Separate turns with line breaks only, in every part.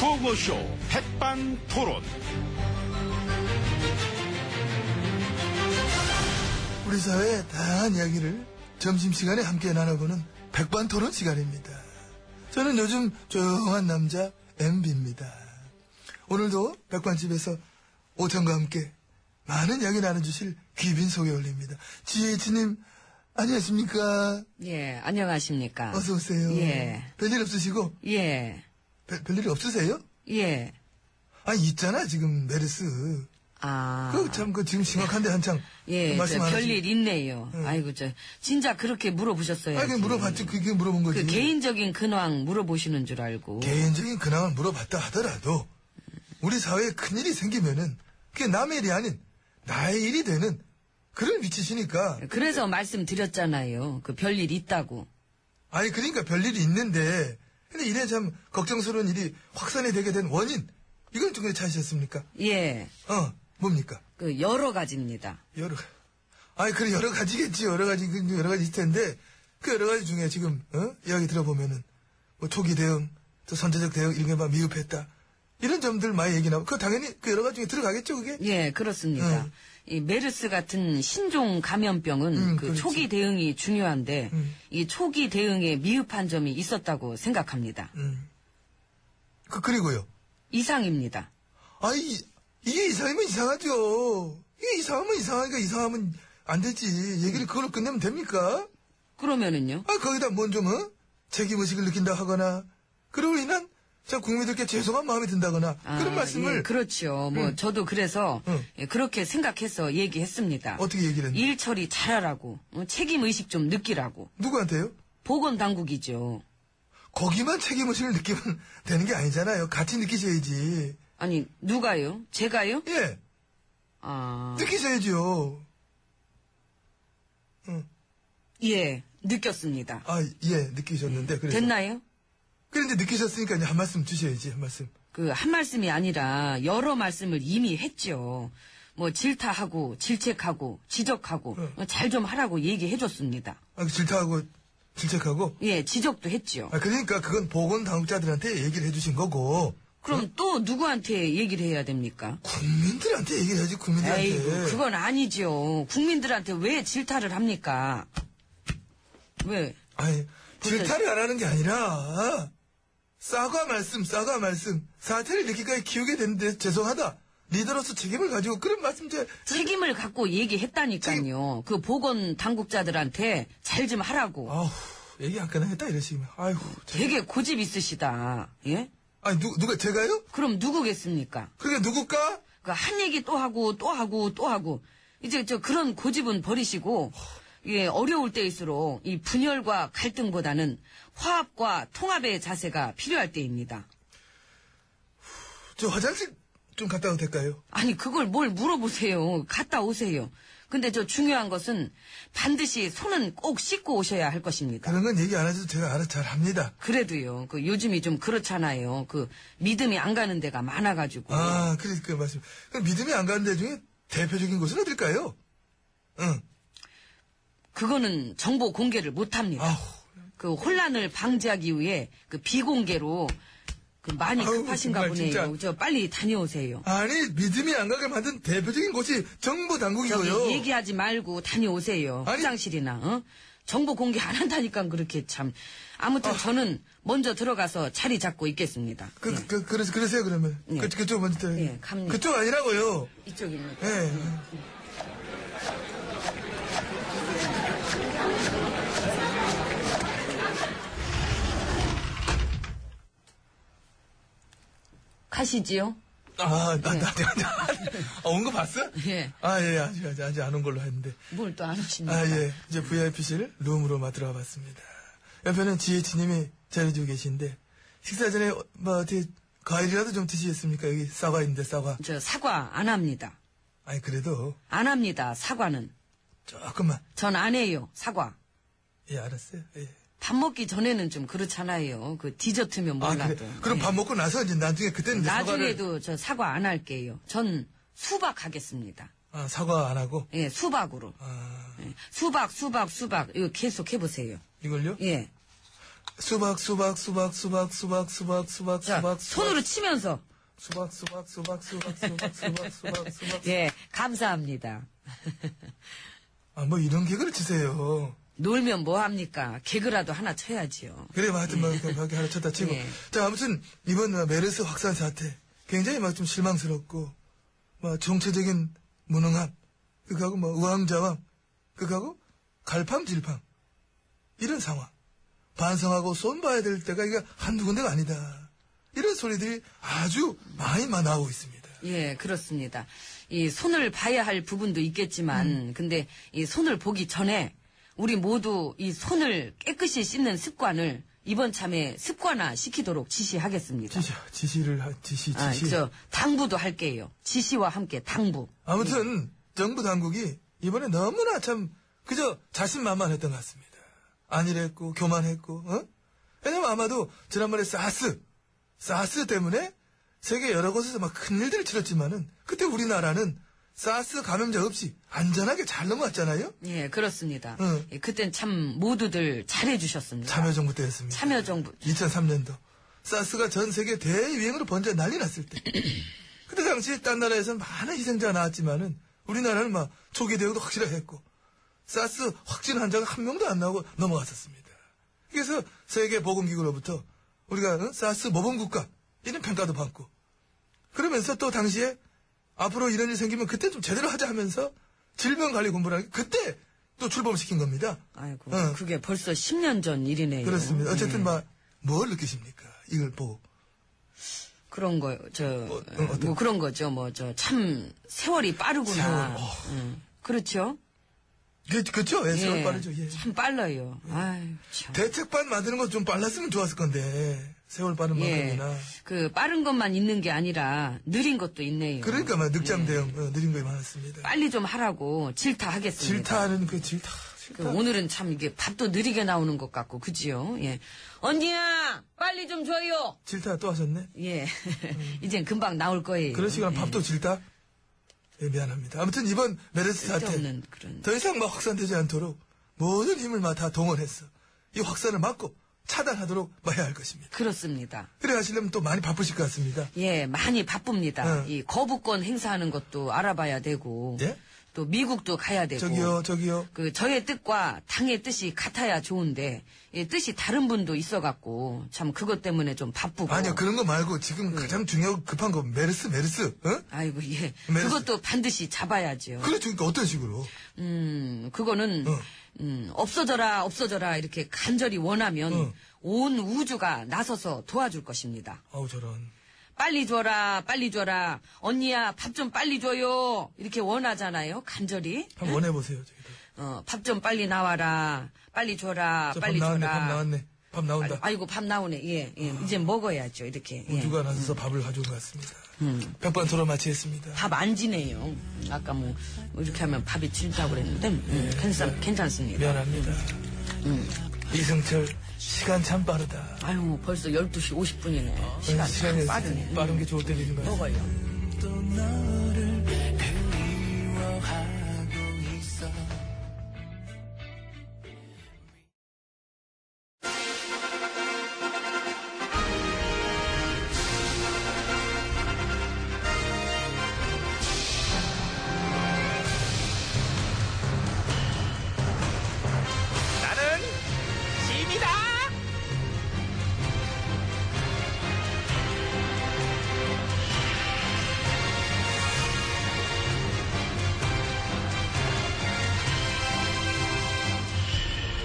구호쇼 백반토론.
우리 사회의 다양한 이야기를 점심시간에 함께 나눠보는 백반토론 시간입니다. 저는 요즘 조용한 남자 MB입니다. 오늘도 백반집에서 오찬과 함께 많은 이야기 나눠주실 귀빈 소개 올립니다. GH님 안녕하십니까?
예, 안녕하십니까.
어서 오세요.
예.
별일 없으시고
예,
별, 별일 없으세요?
예.
아 있잖아 지금 메르스.
아.
그 참 그 지금 심각한데 한창
예, 저
말씀 안 하시고.
별일 있네요. 아이고, 저, 진짜 그렇게 물어보셨어요.
음. 아, 그냥 물어봤지. 그게 물어본 거지.
그 개인적인 근황 물어보시는 줄 알고.
개인적인 근황을 물어봤다 하더라도 우리 사회에 큰일이 생기면은 그게 남의 일이 아닌 나의 일이 되는 그런 위치시니까
그래서 말씀드렸잖아요. 그 별일 있다고.
아니 그러니까 별일이 있는데 근데 이래 참 걱정스러운 일이 확산이 되게 된 원인 이건 좀 그래 찾으셨습니까?
예,
어 뭡니까?
그 여러 가지입니다.
여러 가지 아니 그래 여러 가지겠지 여러 가지 그 여러 가지 있을 텐데 그 여러 가지 중에 지금 어? 이야기 들어보면은 뭐 초기 대응 또 선제적 대응 일개만 미흡했다 이런 점들 많이 얘기 나오고 그거 당연히 그 여러 가지 중에 들어가겠죠 그게
예, 그렇습니다.
음.
이 메르스 같은 신종 감염병은
음,
그
그렇지.
초기 대응이 중요한데
음.
이 초기 대응에 미흡한 점이 있었다고 생각합니다.
음. 그, 그리고요.
이상입니다.
아이, 이게 이상하면 이상하죠. 이게 이상하면 이상하니까 이상하면 안 되지. 얘기를 그걸로 끝내면 됩니까?
그러면은요?
아, 거기다 뭔 좀, 어? 책임의식을 느낀다 하거나, 그로 인한, 자, 국민들께 죄송한 마음이 든다거나, 그런 말씀을
예, 그렇죠. 뭐 저도 그래서
음.
예, 그렇게 생각해서 얘기했습니다.
어떻게 얘기를 했나?
일 처리 잘하라고 어, 책임 의식 좀 느끼라고
누구한테요?
보건 당국이죠.
거기만 책임의식을 느끼면 되는 게 아니잖아요. 같이 느끼셔야지.
아니 누가요? 제가요?
예,
아
느끼셔야죠.
예, 느꼈습니다.
아, 예, 느끼셨는데, 그래서.
됐나요?
그런데 느끼셨으니까 이제 한 말씀 주셔야지, 한 말씀.
그 한 말씀이 아니라 여러 말씀을 이미 했죠. 뭐 질타하고 질책하고 지적하고 어,
응.
잘 좀 하라고 얘기해줬습니다.
아, 그 질타하고, 질책하고,
예, 지적도 했죠.
아, 그러니까 그건 보건 당국자들한테 얘기를 해주신 거고
그럼 또 누구한테 얘기를 해야 됩니까?
국민들한테 얘기를 해야지 국민들한테
에이, 그건 아니죠. 국민들한테 왜 질타를 합니까? 왜?
아니 질타를 안 하는 게 아니라 사과 말씀 사과 말씀 사태를 이렇게까지 키우게 됐는데 죄송하다 리더로서 책임을 가지고 그런 말씀 제
책임을 갖고 얘기했다니까요. 그 보건 당국자들한테 잘 좀 하라고.
아우 얘기 안 끝나겠다 이러시면 아이고 참.
되게 고집 있으시다. 예?
아니 누, 누가 제가요?
그럼 누구겠습니까?
그게 누굴까?
그 한 얘기 또 하고 또 하고 또 하고 이제 저 그런 고집은 버리시고 예 어려울 때일수록 이 분열과 갈등보다는 화합과 통합의 자세가 필요할 때입니다.
저 화장실 좀 갔다 와도 될까요?
아니 그걸 뭘 물어보세요. 갔다 오세요. 근데 저 중요한 것은 반드시 손은 꼭 씻고 오셔야 할 것입니다.
그런 건 얘기 안 해도 제가 알아서 잘 합니다
그래도요. 그 요즘이 좀 그렇잖아요. 그 믿음이 안 가는 데가 많아가지고.
아 그러니까 말씀 그럼 믿음이 안 가는 데 중에 대표적인 곳은 어딜까요? 응
그거는 정보 공개를 못 합니다.
아우
그 혼란을 방지하기 위해 그 비공개로 그 많이
아우,
급하신가
정말
보네요.
진짜.
저 빨리 다녀오세요.
아니 믿음이 안 가게 만든 대표적인 곳이 정부
저기
당국이고요.
얘기하지 말고 다녀오세요.
아니.
화장실이나 어? 정보 공개 안 한다니까 그렇게 참. 아무튼 저는 먼저 들어가서 자리 잡고 있겠습니다.
그, 그, 그러, 그러세요 그러면
예.
그, 그쪽 먼저 들어요.
예, 네. 갑니다. 네.
그쪽 아니라고요.
이쪽입니다.
예.
가시지요?
아, 나, 나, 내가, 나, 아, 온거 봤어?
네. 예.
아, 예, 아직, 아직, 아직 안 온 걸로 했는데.
뭘 또 안 오십니까?
아, 예. 이제 VIP실 룸으로 마 들어와 봤습니다. 옆에는 GH님이 자리해주고 계신데, 식사 전에, 어, 뭐, 어떻게, 과일이라도 좀 드시겠습니까? 여기 사과인데, 사과.
저 사과 안 합니다.
아니, 그래도,
안 합니다. 사과는.
조금만.
전 안 해요. 사과.
예, 알았어요. 예.
밥 먹기 전에는 좀 그렇잖아요. 그 디저트면
아,
몰라도.
그래. 그럼
예.
밥 먹고 나서 이제 나중에 그때는 이제
나중에도
사과를
저 사과 안 할게요. 전 수박 하겠습니다.
아, 사과 안 하고
예, 수박으로.
아,
예, 수박, 수박, 수박. 이거 계속 해보세요.
이걸요?
예.
수박, 수박, 수박, 수박, 수박, 수박, 수박,
자,
수박,
뭐 손으로 치면서.
수박, 수박, 수박, 수박, 수박, 수박, 수박, 수박.
예, 감사합니다.
아, 뭐 이런 개그를 치세요.
놀면 뭐합니까? 개그라도 하나 쳐야지요.
그래, 뭐 하여튼 막 이렇게 막 하나 쳤다 치고.
예.
자, 아무튼 이번 메르스 확산 사태 굉장히 막 좀 실망스럽고, 막 정체적인 무능함, 그거하고 뭐 우왕좌왕, 그거하고 갈팡질팡 이런 상황. 반성하고 손봐야 될 때가 이게 한두 군데가 아니다. 이런 소리들이 아주 많이 막 나오고 있습니다.
예, 그렇습니다. 이 손을 봐야 할 부분도 있겠지만, 근데 이 손을 보기 전에 우리 모두 이 손을 깨끗이 씻는 습관을 이번 참에 습관화 시키도록 지시하겠습니다.
지시, 지시를, 하- 지시,
아,
지시.
저 당부도 할게요. 지시와 함께 당부.
아무튼 정부 당국이 이번에 너무나 참 그저 자신만만했던 것 같습니다. 안일했고 교만했고 어? 왜냐면 아마도 지난번에 사스 사스 때문에 세계 여러 곳에서 막 큰일들을 치렀지만은 그때 우리나라는 사스 감염자 없이 안전하게 잘 넘어갔잖아요.
예, 그렇습니다.
응.
예, 그땐 참 모두들 잘해주셨습니다.
참여정부 때였습니다.
참여정부.
2003년도 사스가 전 세계 대유행으로 번져 난리 났을 때 그때 당시 딴 나라에서는 많은 희생자가 나왔지만은 우리나라는 막 초기 대응도 확실하게 했고 사스 확진 환자가 한 명도 안 나오고 넘어갔었습니다. 그래서 세계 보건기구로부터 우리가 응? 사스 모범 국가 이런 평가도 받고 그러면서 또 당시에 앞으로 이런 일 생기면 그때 좀 제대로 하자 하면서 질병관리 공부라는 게 그때 또 출범시킨 겁니다.
아이고,
응.
그게 벌써 10년 전 일이네요.
그렇습니다. 어쨌든
예.
막 뭘 느끼십니까? 이걸 보고
그런 거, 저,
어, 어, 어떤-
뭐 그런 거죠. 뭐, 저, 참, 세월이 빠르구나.
세월, 어.
음, 그렇죠.
그, 그쵸? 예, 세월 빠르죠. 예.
참 빨라요. 아유, 참.
대책반 만드는 거 좀 빨랐으면 좋았을 건데 세월 빠른
예.
만큼이나
그, 빠른 것만 있는 게 아니라, 느린 것도 있네요.
그러니까 막
예.
늑장 대응 어, 느린 거에 많았습니다.
빨리 좀 하라고 질타하겠습니다.
질타하는 그 질타.
그
질타.
오늘은 참 이게 밥도 느리게 나오는 것 같고, 그지요? 예. 언니야! 빨리 좀 줘요!
질타 또 하셨네.
예. 이젠 금방 나올 거예요.
그런 시간 밥도 질타. 예, 미안합니다. 아무튼 이번 메르스 사태
쓸데없는 그런.
더 이상 막 확산되지 않도록 모든 힘을 막 다 동원했어. 이 확산을 막고 차단하도록 막 해야 할 것입니다.
그렇습니다.
그래 하시려면 또 많이 바쁘실 것 같습니다.
예, 많이 바쁩니다.
응.
이 거부권 행사하는 것도 알아봐야 되고,
예?
또 미국도 가야 되고,
저기요, 저기요.
그 저의 뜻과 당의 뜻이 같아야 좋은데 예, 뜻이 다른 분도 있어갖고 참 그것 때문에 좀 바쁘고.
아니요, 그런 거 말고 지금
네.
가장 중요하고 급한 거 메르스, 메르스. 어?
아이고 예,
메르스.
그것도 반드시 잡아야지요.
그렇죠. 그러니까 어떤 식으로?
음, 그거는
응.
음, 없어져라, 없어져라 이렇게 간절히 원하면
응.
온 우주가 나서서 도와줄 것입니다.
아우 저런.
빨리 줘라, 빨리 줘라. 언니야, 밥 좀 빨리 줘요. 이렇게 원하잖아요, 간절히.
한번 원해 보세요. 저기도.
어, 밥 좀 빨리 나와라. 빨리 줘라,
저
아, 빨리
밥 나왔네.
줘라.
밥 나왔네. 밥 나온다.
아이- 아이고 밥 나오네. 예, 예. 이제 먹어야죠. 이렇게. 예.
우주가 나서서 밥을 가져온 것 같습니다.
음.
백반토론 마치겠습니다.
밥안 지네요. 아까 뭐 이렇게 하면 밥이 질다고 그랬는데 음,
네.
괜찮 괜찮습니다.
미안합니다.
음.
이승철 시간 참 빠르다.
아유 벌써 12시 50분이네. 시간
아, 시간이
참 빠르네.
빠른 게 좋을 때인가요
먹어요.
나는 짐이다.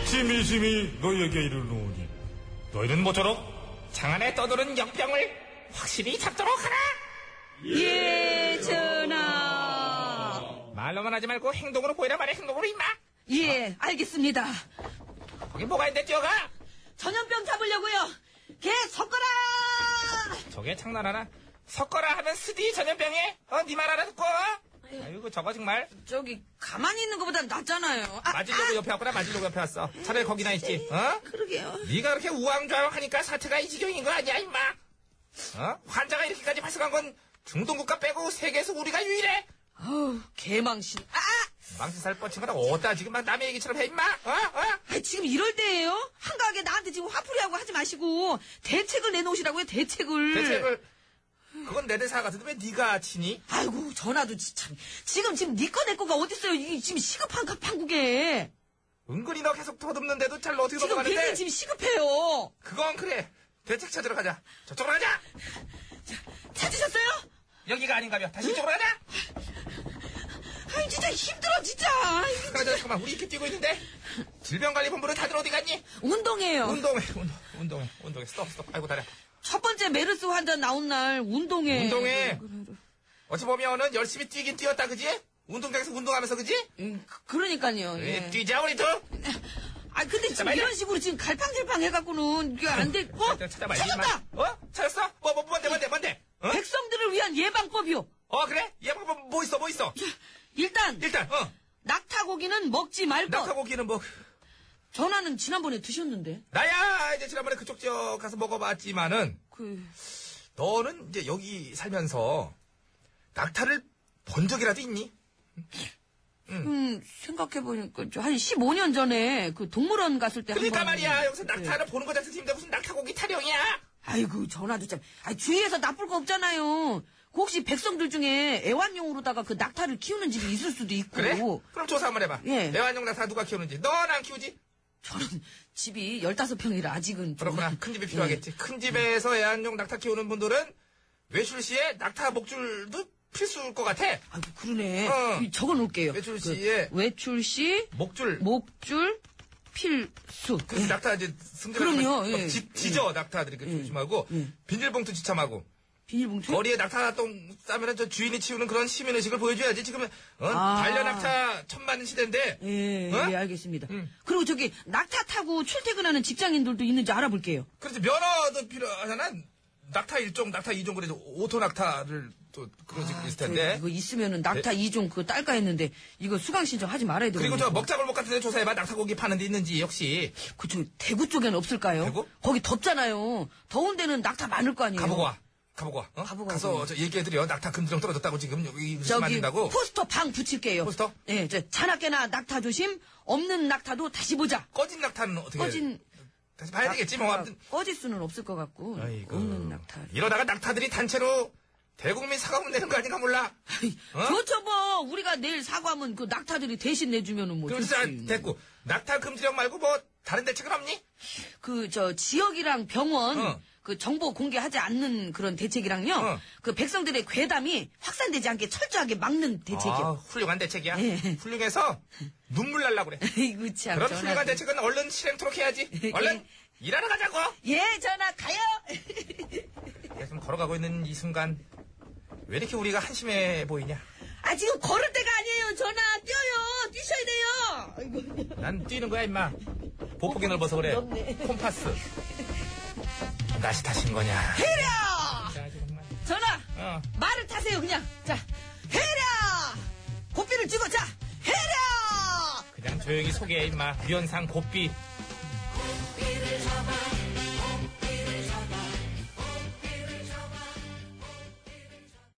짐이 짐이 너희에게 이르노니 너희는 모쪼록 장 안에 떠도는 역병을 확실히 잡도록 하라.
예 전하.
말로만 하지 말고 행동으로 보이란 말이야 행동으로 임마
예 알겠습니다.
거기 뭐가 있는데 뛰어가
전염병 잡으려고요. 개 섞어라.
저게 장난하나 섞어라 하면 스디 전염병에 어니 말 알아듣고 어? 아이고 저거 정말
저기 가만히 있는 것보단 낫잖아요. 아,
맞으려고 옆에 왔구나 맞으려고 옆에 왔어 차라리 거기나 있지 어?
그러게요.
네가 그렇게 우왕좌왕 하니까 사태가 이 지경인 거 아니야 임마 어? 환자가 이렇게까지 발생한 건 중동국가 빼고 세계에서 우리가 유일해
어우 개망신. 아, 아.
망신살 뻗친 거다 어디다 지금 막 남의 얘기처럼 해 임마 어? 어?
아, 지금 이럴 때예요? 한가하게 나한테 지금 화풀이하고 하지 마시고 대책을 내놓으시라고요 대책을.
대책을 그건 내 대사 같은데 왜 네가 치니?
아이고 전화도 지- 참 지금 지금 니꺼 내 거가 어딨어요 이 지금 시급한 갑판국에
은근히 너 계속 더듬는데도 잘 어떻게
지금
넘어가는데
굉장히 지금 시급해요
그건 그래 대책 찾으러 가자 저쪽으로 가자
찾으셨어요?
여기가 아닌가며 다시 이쪽으로 가자
아이 진짜 힘들어 진짜 아이고,
가자 잠깐만 우리 이렇게 뛰고 있는데 질병관리본부는 다들 어디 갔니?
운동해요
운동해 운동, 운동해 운동해 스톱 스톱 아이고 다리
첫 번째 메르스 환자 나온 날 운동회
운동회. 어찌 보면은 열심히 뛰긴 뛰었다 그지? 운동장에서 운동하면서 그지?
음, 그- 그러니까요
예,
예.
뛰자 우리 또
아 근데 지금
빨리.
이런 식으로 지금 갈팡질팡 해갖고는 이게 안 돼. 어?
일단 찾아봐
찾았다.
임마. 어? 찾았어? 뭐, 뭐, 뭔데 뭔데 뭔데 어?
백성들을 위한 예방법이요.
어 그래? 얘 뭐, 뭐 있어 뭐 있어
일단
일단 어
낙타고기는 먹지 말 것.
낙타고기는 뭐
전화는 지난번에 드셨는데.
나야 이제 지난번에 그쪽 지역 가서 먹어봤지만은
그
너는 이제 여기 살면서 낙타를 본 적이라도 있니?
음, 생각해보니까 저한 15년 전에 그 동물원 갔을 때. 한
그러니까
번-
말이야 여기서
예.
낙타를 보는 거 자체가 힘든데 무슨 낙타고기 타령이야
아이고 전화도 참. 아 주위에서 나쁠 거 없잖아요. 그 혹시 백성들 중에 애완용으로다가 그 낙타를 키우는 집이 있을 수도 있고.
그래? 그럼 조사 한번 해봐
예.
애완용 낙타 누가 키우는지 넌 안 키우지?
저는 집이 15평이라 아직은. 좀-
그렇구나. 큰 집이
예.
필요하겠지. 큰 집에서 애완용 낙타 키우는 분들은 외출 시에 낙타 목줄도 필수일 것 같아.
아이고 그러네.
어.
이 적어놓을게요.
외출
그
시에.
외출 시
목줄.
목줄 필수.
그 낙타 이제 승질
예. 그럼요,
막
예.
지, 지져 낙타들이 그 조심하고 비닐봉투 지참하고
비닐봉투.
거리에 낙타 똥 싸면은 저 주인이 치우는 그런 시민 의식을 보여줘야지 지금 은 어?
아.
반려 낙타 천만 시대인데
예,
어?
예, 알겠습니다.
음.
그리고 저기 낙타 타고 출퇴근하는 직장인들도 있는지 알아볼게요.
그렇지 면허도 필요하잖아. 낙타 일종 낙타 이종 그래도 오토 낙타를 또 그런 식으로 있을
저
텐데.
이거 있으면은 낙타 이 2종 그거 딸까 했는데 이거 수강 신청 하지 말아야 되고.
네. 그리고 저 먹자골목 같은 데 조사해봐. 낙타고기 파는 데 있는지 역시
그저 대구 쪽에는 없을까요?
대구?
거기 덥잖아요. 더운 데는 낙타 많을 거 아니에요.
가보고 와. 가보고 와. 어?
가보고
가서
와서요.
저 얘기해드려. 낙타 금지령 떨어졌다고 지금 여기 그러시면 안
저기
된다고.
포스터 방 붙일게요.
포스터?
예, 저 자나깨나 낙타 조심. 없는 낙타도 다시 보자.
꺼진 낙타는 어떻게?
꺼진
다시 봐야 되겠지. 예. 뭐 아무튼.
꺼질 수는 없을 것 같고
아이고.
없는 낙타.
이러다가 낙타들이 단체로 대국민 사과문 내는 거 아닌가 몰라. 어?
좋죠 뭐 우리가 내일 사과하면 그 낙타들이 대신 내주면은 뭐
그럼 진짜
좋지.
됐고 낙타 금지령 말고 뭐 다른 대책은 없니?
그 저 지역이랑 병원
어.
그 정보 공개하지 않는 그런 대책이랑요.
어.
그 백성들의 괴담이 확산되지 않게 철저하게 막는
아,
대책이요.
훌륭한 대책이야.
예.
훌륭해서 눈물 날라 그래.
아이고 참.
그런
전화도.
훌륭한 대책은 얼른 실행토록 해야지. 얼른 일하러 가자고.
예, 전화 가요.
지금 걸어가고 있는 이 순간 왜 이렇게 우리가 한심해 보이냐?
아 지금 걸을 때가 아니에요. 전화 뛰어요. 뛰셔야 돼요. 아이고.
난 뛰는 거야 임마 보폭이 넓어서 그래 콤파스 다시 타신 거냐
헤라.
야, 정말.
전화.
어.
말을 타세요 그냥. 자, 헤라. 고삐를 쥐고 자, 헤라.
그냥 조용히 소개해 임마 유현상 고삐